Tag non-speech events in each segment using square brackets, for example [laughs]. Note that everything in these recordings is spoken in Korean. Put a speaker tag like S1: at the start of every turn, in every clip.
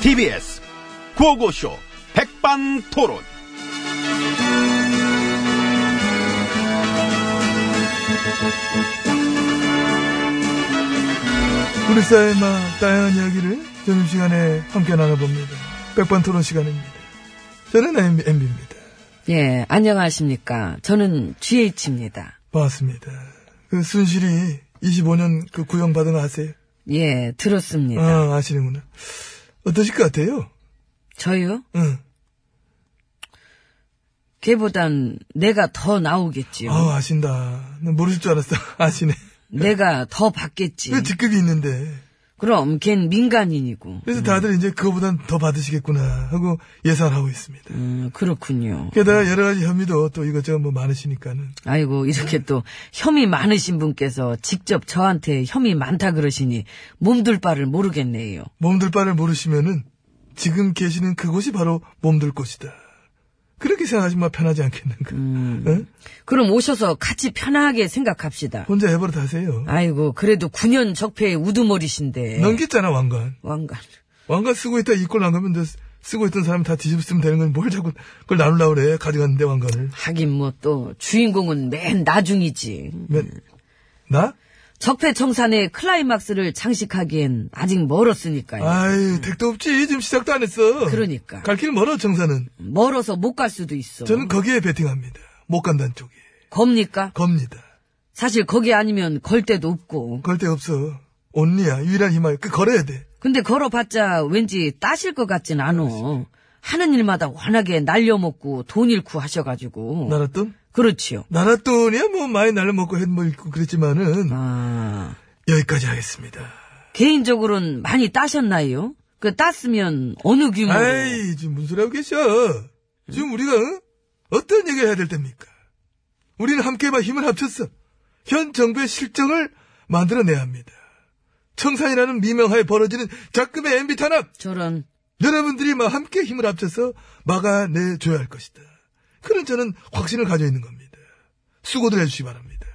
S1: TBS 구호고쇼 백반토론.
S2: 우리 사회의 막 다양한 이야기를 점심시간에 함께 나눠봅니다. 백반토론 시간입니다. 저는 MB입니다.
S3: 예, 안녕하십니까. 저는 GH입니다.
S2: 반갑습니다. 그 순실이 25년 그 구형받은 거 아세요?
S3: 예, 들었습니다.
S2: 아, 아시는구나. 어떠실 것 같아요?
S3: 저요?
S2: 응.
S3: 걔보단 내가 더 나오겠지요.
S2: 아 아신다. 난 모르실 줄 알았어. [laughs] 아시네.
S3: 내가 더 받겠지.
S2: 그 직급이 있는데.
S3: 그럼 걘 민간인이고.
S2: 그래서 다들 이제 그거보단 더 받으시겠구나 하고 예상하고 있습니다.
S3: 음, 그렇군요.
S2: 게다가 여러 가지 혐의도 또 이것저것 뭐 많으시니까는.
S3: 아이고, 이렇게 또 혐의 많으신 분께서 직접 저한테 혐의 많다 그러시니 몸둘 바를 모르겠네요.
S2: 몸둘 바를 모르시면은 지금 계시는 그곳이 바로 몸둘 곳이다. 그렇게 생각하시면 편하지 않겠는가.
S3: 음.
S2: 응?
S3: 그럼 오셔서 같이 편하게 생각합시다.
S2: 혼자 해버릇 하세요.
S3: 아이고, 예. 그래도 9년 적폐의 우두머리신데.
S2: 넘겼잖아, 왕관.
S3: 왕관.
S2: 왕관 쓰고 있다 이꼴 난 거면 너 쓰고 있던 사람이 다 뒤집으면 되는 건 뭘 자꾸 그걸 나누려고 그래. 가져갔는데, 왕관을.
S3: 하긴 뭐 또 주인공은 맨 나중이지.
S2: 몇, 나?
S3: 적폐 청산의 클라이막스를 장식하기엔 아직 멀었으니까요. 음.
S2: 아유, 택도 없지. 지금 시작도 안 했어.
S3: 그러니까.
S2: 갈 길 멀어, 정사는.
S3: 멀어서 못 갈 수도 있어.
S2: 저는 거기에 베팅합니다. 못 간다는 쪽에.
S3: 겁니까?
S2: 겁니다.
S3: 사실 거기 아니면 걸 데도 없고.
S2: 걸 데 없어. 온리야, 유일한 희망. 그, 걸어야 돼.
S3: 근데 걸어봤자 왠지 따실 것 같진 않어. 하는 일마다 워낙에 날려먹고 돈 잃고 하셔가지고.
S2: 나라 돈?
S3: 그렇지요.
S2: 나라 돈이야, 뭐, 많이 날려먹고 했, 뭐, 있고 그랬지만은,
S3: 아,
S2: 여기까지 하겠습니다.
S3: 개인적으로는 많이 따셨나요? 그 땄으면 어느
S2: 음.
S3: 규모로?
S2: 아이, 지금 무슨 소리 하고 계셔? 지금 우리가, 응? 어떤 얘기를 해야 될 때입니까? 우리는 함께 막 힘을 합쳤어. 현 정부의 실정을 만들어내야 합니다. 청산이라는 미명하에 벌어지는 작금의 MB 탄압!
S3: 저런.
S2: 여러분들이 막 함께 힘을 합쳐서 막아내줘야 할 것이다. 그런 저는 확신을 가져 있는 겁니다. 수고들 해주시기 바랍니다.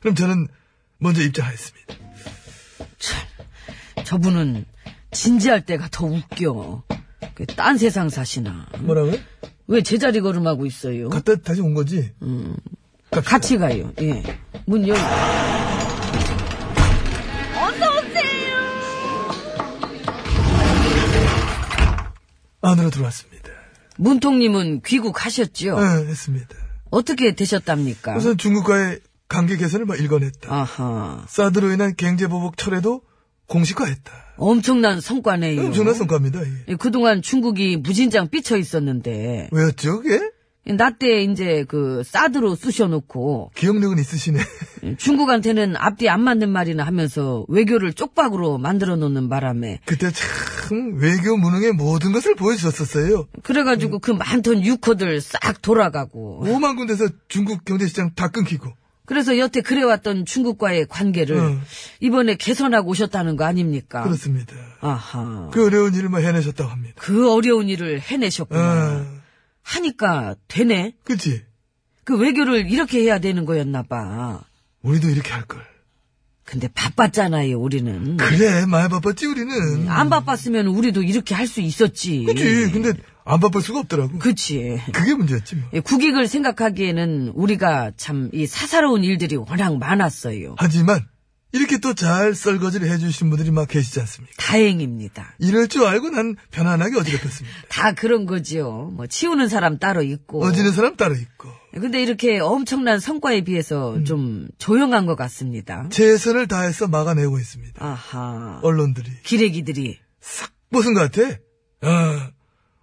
S2: 그럼 저는 먼저 입장하겠습니다.
S3: 저분은 진지할 때가 더 웃겨. 그딴 세상 사시나.
S2: 뭐라고요?
S3: 왜 제자리 걸음하고 있어요?
S2: 갔다 다시 온 거지?
S3: 음. 같이 가요. 예. 문 열고.
S2: 안으로 들어왔습니다.
S3: 문통님은 귀국하셨죠?
S2: 네, 했습니다.
S3: 어떻게 되셨답니까?
S2: 우선 중국과의 관계 개선을 막
S3: 어.
S2: 일관했다.
S3: 아하.
S2: 사드로 인한 경제보복 철회도 공식화했다.
S3: 엄청난 성과네요.
S2: 엄청난 성과입니다. 이게.
S3: 예, 그동안 중국이 무진장 삐쳐 있었는데, 예,
S2: 왜였죠, 그게?
S3: 나 때 이제 그 사드로 쑤셔놓고, 예,
S2: 기억력은 있으시네. [laughs]
S3: 중국한테는 앞뒤 안 맞는 말이나 하면서 외교를 쪽박으로 만들어 놓는 바람에,
S2: 그때 참 외교 무능의 모든 것을 보여주었었어요.
S3: 그래가지고 그 많던 유커들 싹 돌아가고,
S2: 5만 군데서 중국 경제시장 다 끊기고
S3: 그래서 여태 그래왔던 중국과의 관계를
S2: 응.
S3: 이번에 개선하고 오셨다는 거 아닙니까?
S2: 그렇습니다.
S3: 아하. 그,
S2: 그 어려운 일을 막 해내셨다고 합니다.
S3: 어려운 일을 해내셨구나.
S2: 아,
S3: 하니까 되네.
S2: 그치?
S3: 그 외교를 이렇게 해야 되는 거였나 봐.
S2: 우리도 이렇게 할 걸.
S3: 음. 근데 바빴잖아요, 우리는.
S2: 그래, 많이 바빴지 우리는.
S3: 안 바빴으면 우리도 이렇게 할 수 있었지.
S2: 그치? 근데 안 바쁠 수가 없더라고.
S3: 그치.
S2: 그게 문제였지 뭐.
S3: 예, 국익을 생각하기에는 우리가 참 이 사사로운 일들이 워낙 많았어요.
S2: 하지만 이렇게 또 잘 썰거지를 해주신 분들이 막 계시지 않습니까?
S3: 다행입니다.
S2: 이럴 줄 알고 난 편안하게 어지럽혔습니다.
S3: 다 그런 거지요. 뭐 치우는 사람 따로 있고.
S2: 어지는 사람 따로 있고
S3: 근데 이렇게 엄청난 성과에 비해서 좀 조용한 것 같습니다.
S2: 최선을 다해서 막아내고 있습니다.
S3: 아하.
S2: 언론들이
S3: 기레기들이.
S2: 벗은 것 같아. 아,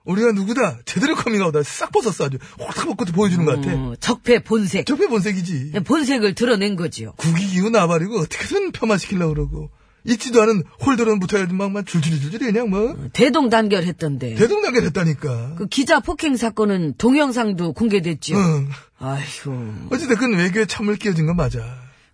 S2: 우리가 누구다 제대로 커밍아웃다 싹 벗었어 아주 확탁 벗고 또 보여주는 것 같아.
S3: 어, 적폐 본색.
S2: 적폐 본색이지.
S3: 본색을 드러낸 거지요.
S2: 국익이고 나발이고 어떻게든 폄하시키려고 그러고 있지도 않은 홀더런부터 해가지고 막막 줄줄이 줄줄이 그냥 뭐
S3: 대동단결했던데.
S2: 대동단결 했다니까.
S3: 음. 그 기자 폭행 사건은 동영상도 공개됐지요.
S2: 응.
S3: 아이고.
S2: 어찌됐건 외교에 참을 끼어진 건 맞아.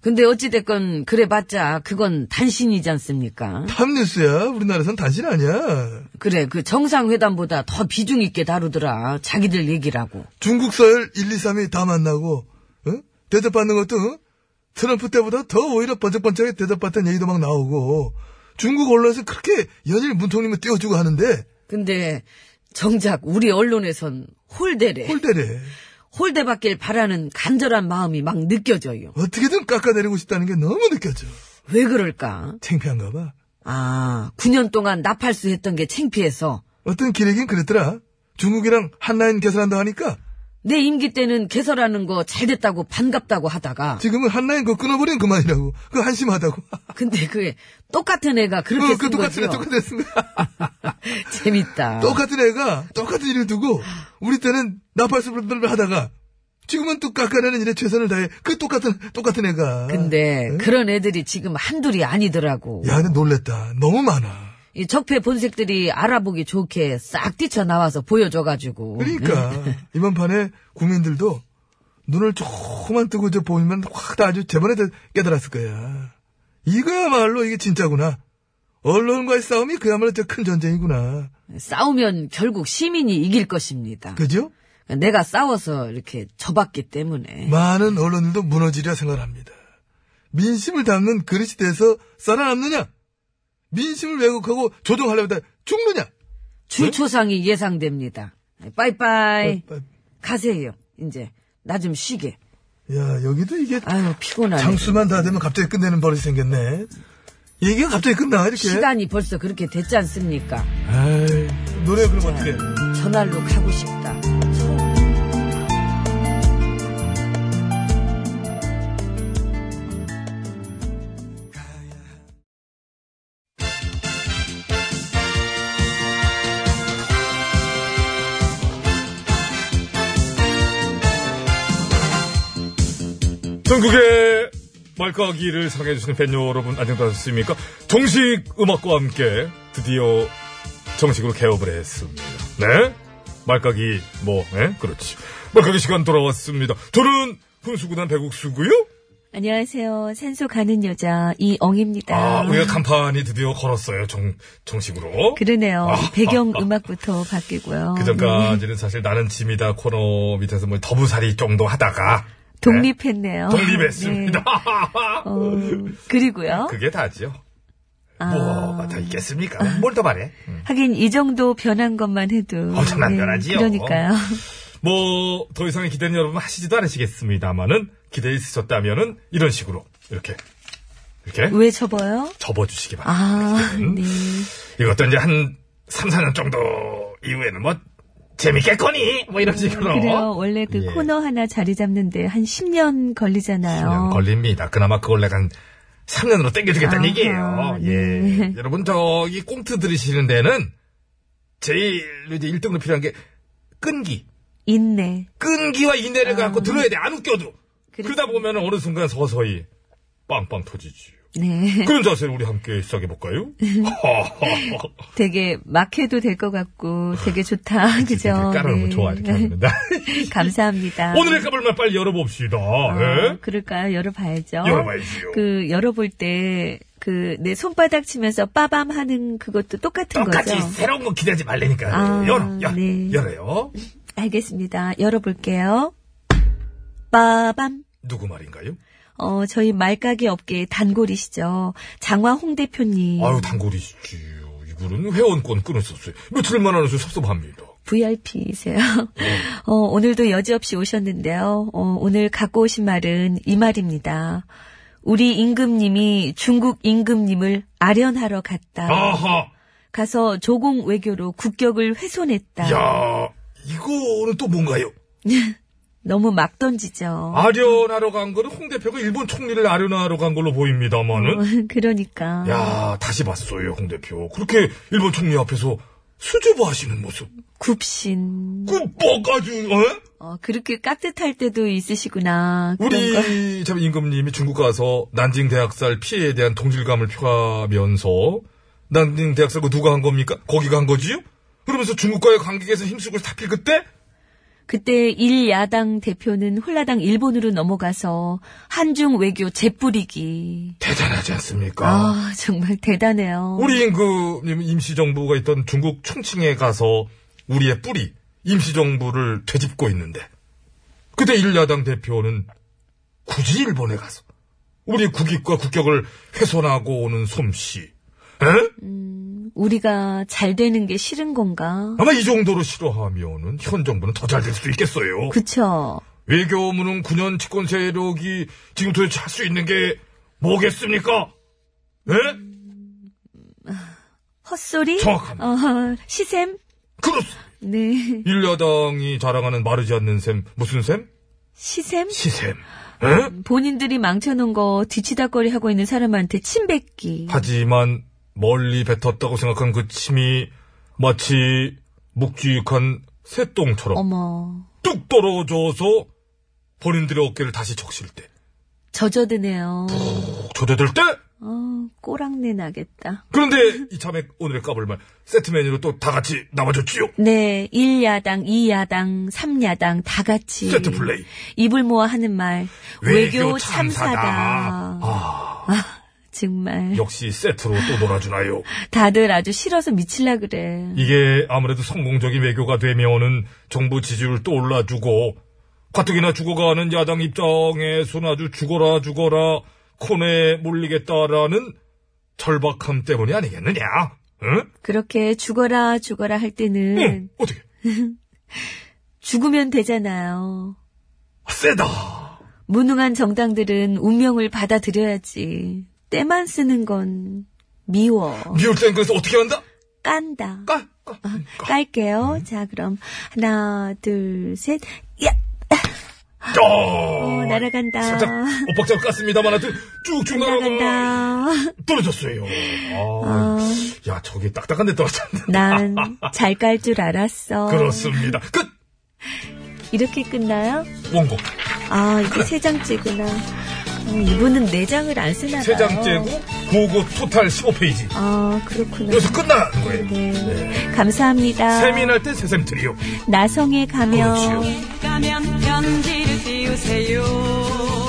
S3: 근데 어찌됐건 그래봤자 그건 단신이지 않습니까?
S2: 탑뉴스야. 우리나라에선 단신 아니야.
S3: 그래 그 정상회담보다 더 비중 있게 다루더라. 자기들 얘기라고.
S2: 중국 서열 1, 2, 3이 다 만나고, 응? 대접받는 것도, 응? 트럼프 때보다 더 오히려 번쩍번쩍하게 대접받던 얘기도 막 나오고, 중국 언론에서 그렇게 연일 문통님을 띄워주고 하는데,
S3: 근데 정작 우리 언론에선 홀대래.
S2: 홀대래.
S3: 홀대 받길 바라는 간절한 마음이 막 느껴져요.
S2: 어떻게든 깎아내리고 싶다는 게 너무 느껴져.
S3: 왜 그럴까?
S2: 창피한가 봐.
S3: 아, 9년 동안 나팔수 했던 게 창피해서
S2: 어떤 기레긴 그랬더라. 중국이랑 한라인 개설한다 하니까
S3: 내 임기 때는 개설하는 거 잘 됐다고 반갑다고 하다가
S2: 지금은 한라인 그거 끊어버린 그만이라고. 그거 한심하다고.
S3: 근데 그게 똑같은 애가 그렇게
S2: 어,
S3: 쓴
S2: 그 똑같은 애,
S3: 거죠.
S2: 똑같은 애 쓴 거야.
S3: 재밌다.
S2: 똑같은 애가 똑같은 일을 두고 우리 때는 나팔수를 하다가 지금은 또 깎아내는 일에 최선을 다해. 그 똑같은, 똑같은 애가.
S3: 근데
S2: 응?
S3: 그런 애들이 지금 한둘이 아니더라고.
S2: 야, 근데 놀랬다. 너무 많아.
S3: 이 적폐 본색들이 알아보기 좋게 싹 뛰쳐 나와서 보여줘가지고.
S2: 그러니까
S3: [laughs]
S2: 이번 판에 국민들도 눈을 조금만 뜨고 저 보면 확 다 아주 제번에 다 깨달았을 거야. 이거야말로 이게 진짜구나. 언론과의 싸움이 그야말로 저 큰 전쟁이구나.
S3: 싸우면 결국 시민이 이길 것입니다.
S2: 그죠?
S3: 내가 싸워서 이렇게 져봤기 때문에.
S2: 많은 언론들도 무너지리라 생각합니다. 민심을 담는 그릇이 돼서 살아남느냐? 민심을 왜곡하고 조종하려고 다 죽느냐?
S3: 줄초상이 예상됩니다. 빠이빠이.
S2: 빠-
S3: 가세요. 이제 나 좀 쉬게.
S2: 야, 여기도 이게
S3: 아유 피곤하네.
S2: 장수만 다 되면 갑자기 끝내는 버릇이 생겼네. 얘기가 갑자기 끝나, 이렇게.
S3: 시간이 벌써 그렇게 됐지 않습니까?
S2: 아이, 노래 그럼 어떻게
S3: 전화로 가고 싶다.
S4: 전국의 말까기를 사랑해주시는 팬 여러분 안녕하셨습니까? 정식 음악과 함께 드디어 정식으로 개업을 했습니다. 네? 말까기 뭐, 네? 그렇지. 말까기 시간 돌아왔습니다. 저는 훈수구단 배국수고요
S5: 안녕하세요. 산소 가는 여자 이엉입니다.
S4: 아, 우리가 간판이 드디어 걸었어요. 정, 정식으로.
S5: 음. 그러네요.
S4: 아.
S5: 배경 음악부터 바뀌고요.
S4: 그 전까지는 사실 나는 짐이다 코너 밑에서 뭐 더부살이 정도 하다가
S5: 음, 독립했네요.
S4: 독립했습니다.
S5: 네. 어, 그리고요.
S4: [laughs] 그게 다지요.
S5: 아,
S4: 뭐가 더 있겠습니까? 뭘 더 말해? 음.
S5: 하긴 이 정도 변한 것만 해도 예,
S4: 엄청난 변화지요.
S5: 음, 그러니까요.
S4: 뭐, 더 이상의 기대는 여러분 하시지도 않으시겠습니다만은, 기대 있으셨다면은, 이런 식으로, 이렇게, 이렇게,
S5: 왜 접어요?
S4: 접어주시기 바랍니다.
S5: 아,
S4: 음.
S5: 네.
S4: 이것도 이제 한 3, 4년 정도 이후에는 뭐, 재밌겠거니? 뭐 이런 식으로.
S5: 그래요. 원래 그
S4: 예.
S5: 코너 하나 자리 잡는데 한 10년 걸리잖아요.
S4: 10년 걸립니다. 그나마 그걸 내가 한 3년으로 땡겨주겠다는
S5: 어. 아하, 네.
S4: 얘기예요. 예. 여러분, 저기 꽁트 들으시는 데는, 제일 이제 1등으로 필요한 게, 끈기.
S5: 있네.
S4: 끈기와 인내를 갖고 들어야 돼. 안 웃겨도. 그러다
S5: 아. 그렇습니다.
S4: 보면 어느 순간 서서히 빵빵 터지지.
S5: 네.
S4: 그런 자세를 우리 함께
S5: [laughs]
S4: 시작해볼까요? 하하하.
S5: 되게 막 해도 될 것 같고 되게 좋다. 그죠?
S4: 깔아놓으면
S5: 네.
S4: 좋아, 이렇게 하는데.
S5: [laughs] 감사합니다.
S4: [laughs] 오늘의 까불만 빨리 열어봅시다.
S5: 어,
S4: 예?
S5: 그럴까요? 열어봐야죠.
S4: 열어봐야지요.
S5: 그 열어볼 때 그 내 손바닥 치면서 빠밤 하는 그것도 똑같은
S4: 똑같이
S5: 거죠.
S4: 새로운 거 기대하지 말라니까.
S5: 아,
S4: 열어, 열,
S5: 네.
S4: 열어요.
S5: 알겠습니다. 열어볼게요. 빠밤.
S4: 누구 말인가요?
S5: 어 저희 말가게 업계의 단골이시죠. 장화홍 대표님.
S4: 아유, 단골이시지요. 이분은 회원권 끊었었어요. 며칠만 안 해서 섭섭합니다.
S5: VIP이세요.
S4: 네.
S5: [laughs] 어, 오늘도 여지없이 오셨는데요. 어, 오늘 갖고 오신 말은 이 말입니다. 우리 임금님이 중국 임금님을 아련하러 갔다.
S4: 아하.
S5: 가서 조공 외교로 국격을 훼손했다.
S4: 야 이거는 또 뭔가요?
S5: 너무 막 던지죠.
S4: 아련하러 간 거는 홍 대표가 일본 총리를 아련하러 간 걸로 보입니다만은.
S5: [laughs] 그러니까.
S4: 아. 야, 다시 봤어요, 홍 대표. 그렇게 일본 총리 앞에서 수줍어하시는 모습. 그
S5: 굽신.
S4: 꿀뻑 아주, 어?
S5: 어, 그렇게 깍듯할 때도 있으시구나. 그런 걸.
S4: 우리 참 임금님이 중국 가서 난징 대학살 피해에 대한 동질감을 표하면서 난징 대학살 그 누가 한 겁니까? 거기가 한 거지요? 그러면서 중국과의 관계에서 힘쓰고 다필 그때
S5: 그때 일 야당 대표는 홀라당 일본으로 넘어가서 한중 외교 재뿌리기.
S4: 대단하지 않습니까?
S5: 아, 정말 대단해요.
S4: 우리 임금님 임시정부가 있던 중국 충칭에 가서 우리의 뿌리 임시정부를 되짚고 있는데 그때 일야당 대표는 굳이 일본에 가서 우리 국익과 국격을 훼손하고 오는 솜씨 에?
S5: 우리가 잘 되는 게 싫은 건가?
S4: 아마 이 정도로 싫어하면은 현 정부는 더 잘 될 수도 있겠어요.
S5: 그쵸?
S4: 외교부는 9년 집권 세력이 지금 도대체 할 수 있는 게 뭐겠습니까? 예?
S5: 헛소리?
S4: 정확합니다.
S5: 어, 시샘?
S4: 그렇습니다.
S5: 네.
S4: 일야당이 자랑하는 마르지 않는 셈, 무슨 셈?
S5: 시샘?
S4: 시샘. 예?
S5: 본인들이 망쳐놓은 거 뒤치다거리 하고 있는 사람한테 침 뱉기.
S4: 하지만 멀리 뱉었다고 생각한 그 침이 마치 묵직한 새똥처럼
S5: 어머.
S4: 뚝 떨어져서 본인들의 어깨를 다시 적실 때,
S5: 젖어드네요.
S4: 푹 젖어들 때,
S5: 어, 꼬랑내 나겠다.
S4: 그런데 이참에 오늘의 까불 말 세트 메뉴로 또 다 같이 나와줬지요.
S5: 네, 1야당, 2야당, 3야당 다 같이
S4: 세트 플레이.
S5: 입을 모아 하는 말
S4: 외교
S5: 외교,
S4: 참사다.
S5: 참사다. 아, 정말
S4: 역시 세트로 또 놀아주나요?
S5: 다들 아주 싫어서 미칠라 그래.
S4: 이게 아무래도 성공적인 외교가 되면은 정부 지지율 또 올라주고 가뜩이나 죽어가는 야당 입장에서는 아주 죽어라 죽어라 코너에 몰리겠다라는 절박함 때문이 아니겠느냐? 응?
S5: 그렇게 죽어라 죽어라 할 때는
S4: 응. 어떻게?
S5: 죽으면 되잖아요.
S4: 세다.
S5: 무능한 정당들은 운명을 받아들여야지. 때만 쓰는 건 미워.
S4: 미울 땐 그래서 어떻게 한다?
S5: 깐다.
S4: 까, 까.
S5: 아.
S4: 네.
S5: 깔게요. 자, 그럼 하나, 둘, 셋. 야!
S4: 까.
S5: 어, 날아간다.
S4: 살짝
S5: [laughs]
S4: 엇박자로 깠습니다만 하여튼 쭉쭉 날아가
S5: 날아간다.
S4: 떨어졌어요. 아, 야 저기 딱딱한 데 떨어졌네. [laughs]
S5: 난 잘 깔 줄 알았어.
S4: 그렇습니다. 끝.
S5: 이렇게 끝나요?
S4: 원곡.
S5: 아, 이게 세 장째구나. 어, 이분은 네 장을 안 쓰나 봐요.
S4: 세 장째고 고고 토탈 15페이지.
S5: 아, 그렇구나.
S4: 여기서 끝나는 거예요.
S5: 네. 감사합니다.
S4: 세민할 때 세셈 트리오.
S5: 나성에 가면
S4: 그렇지요.
S6: 가면 편지를 띄우세요.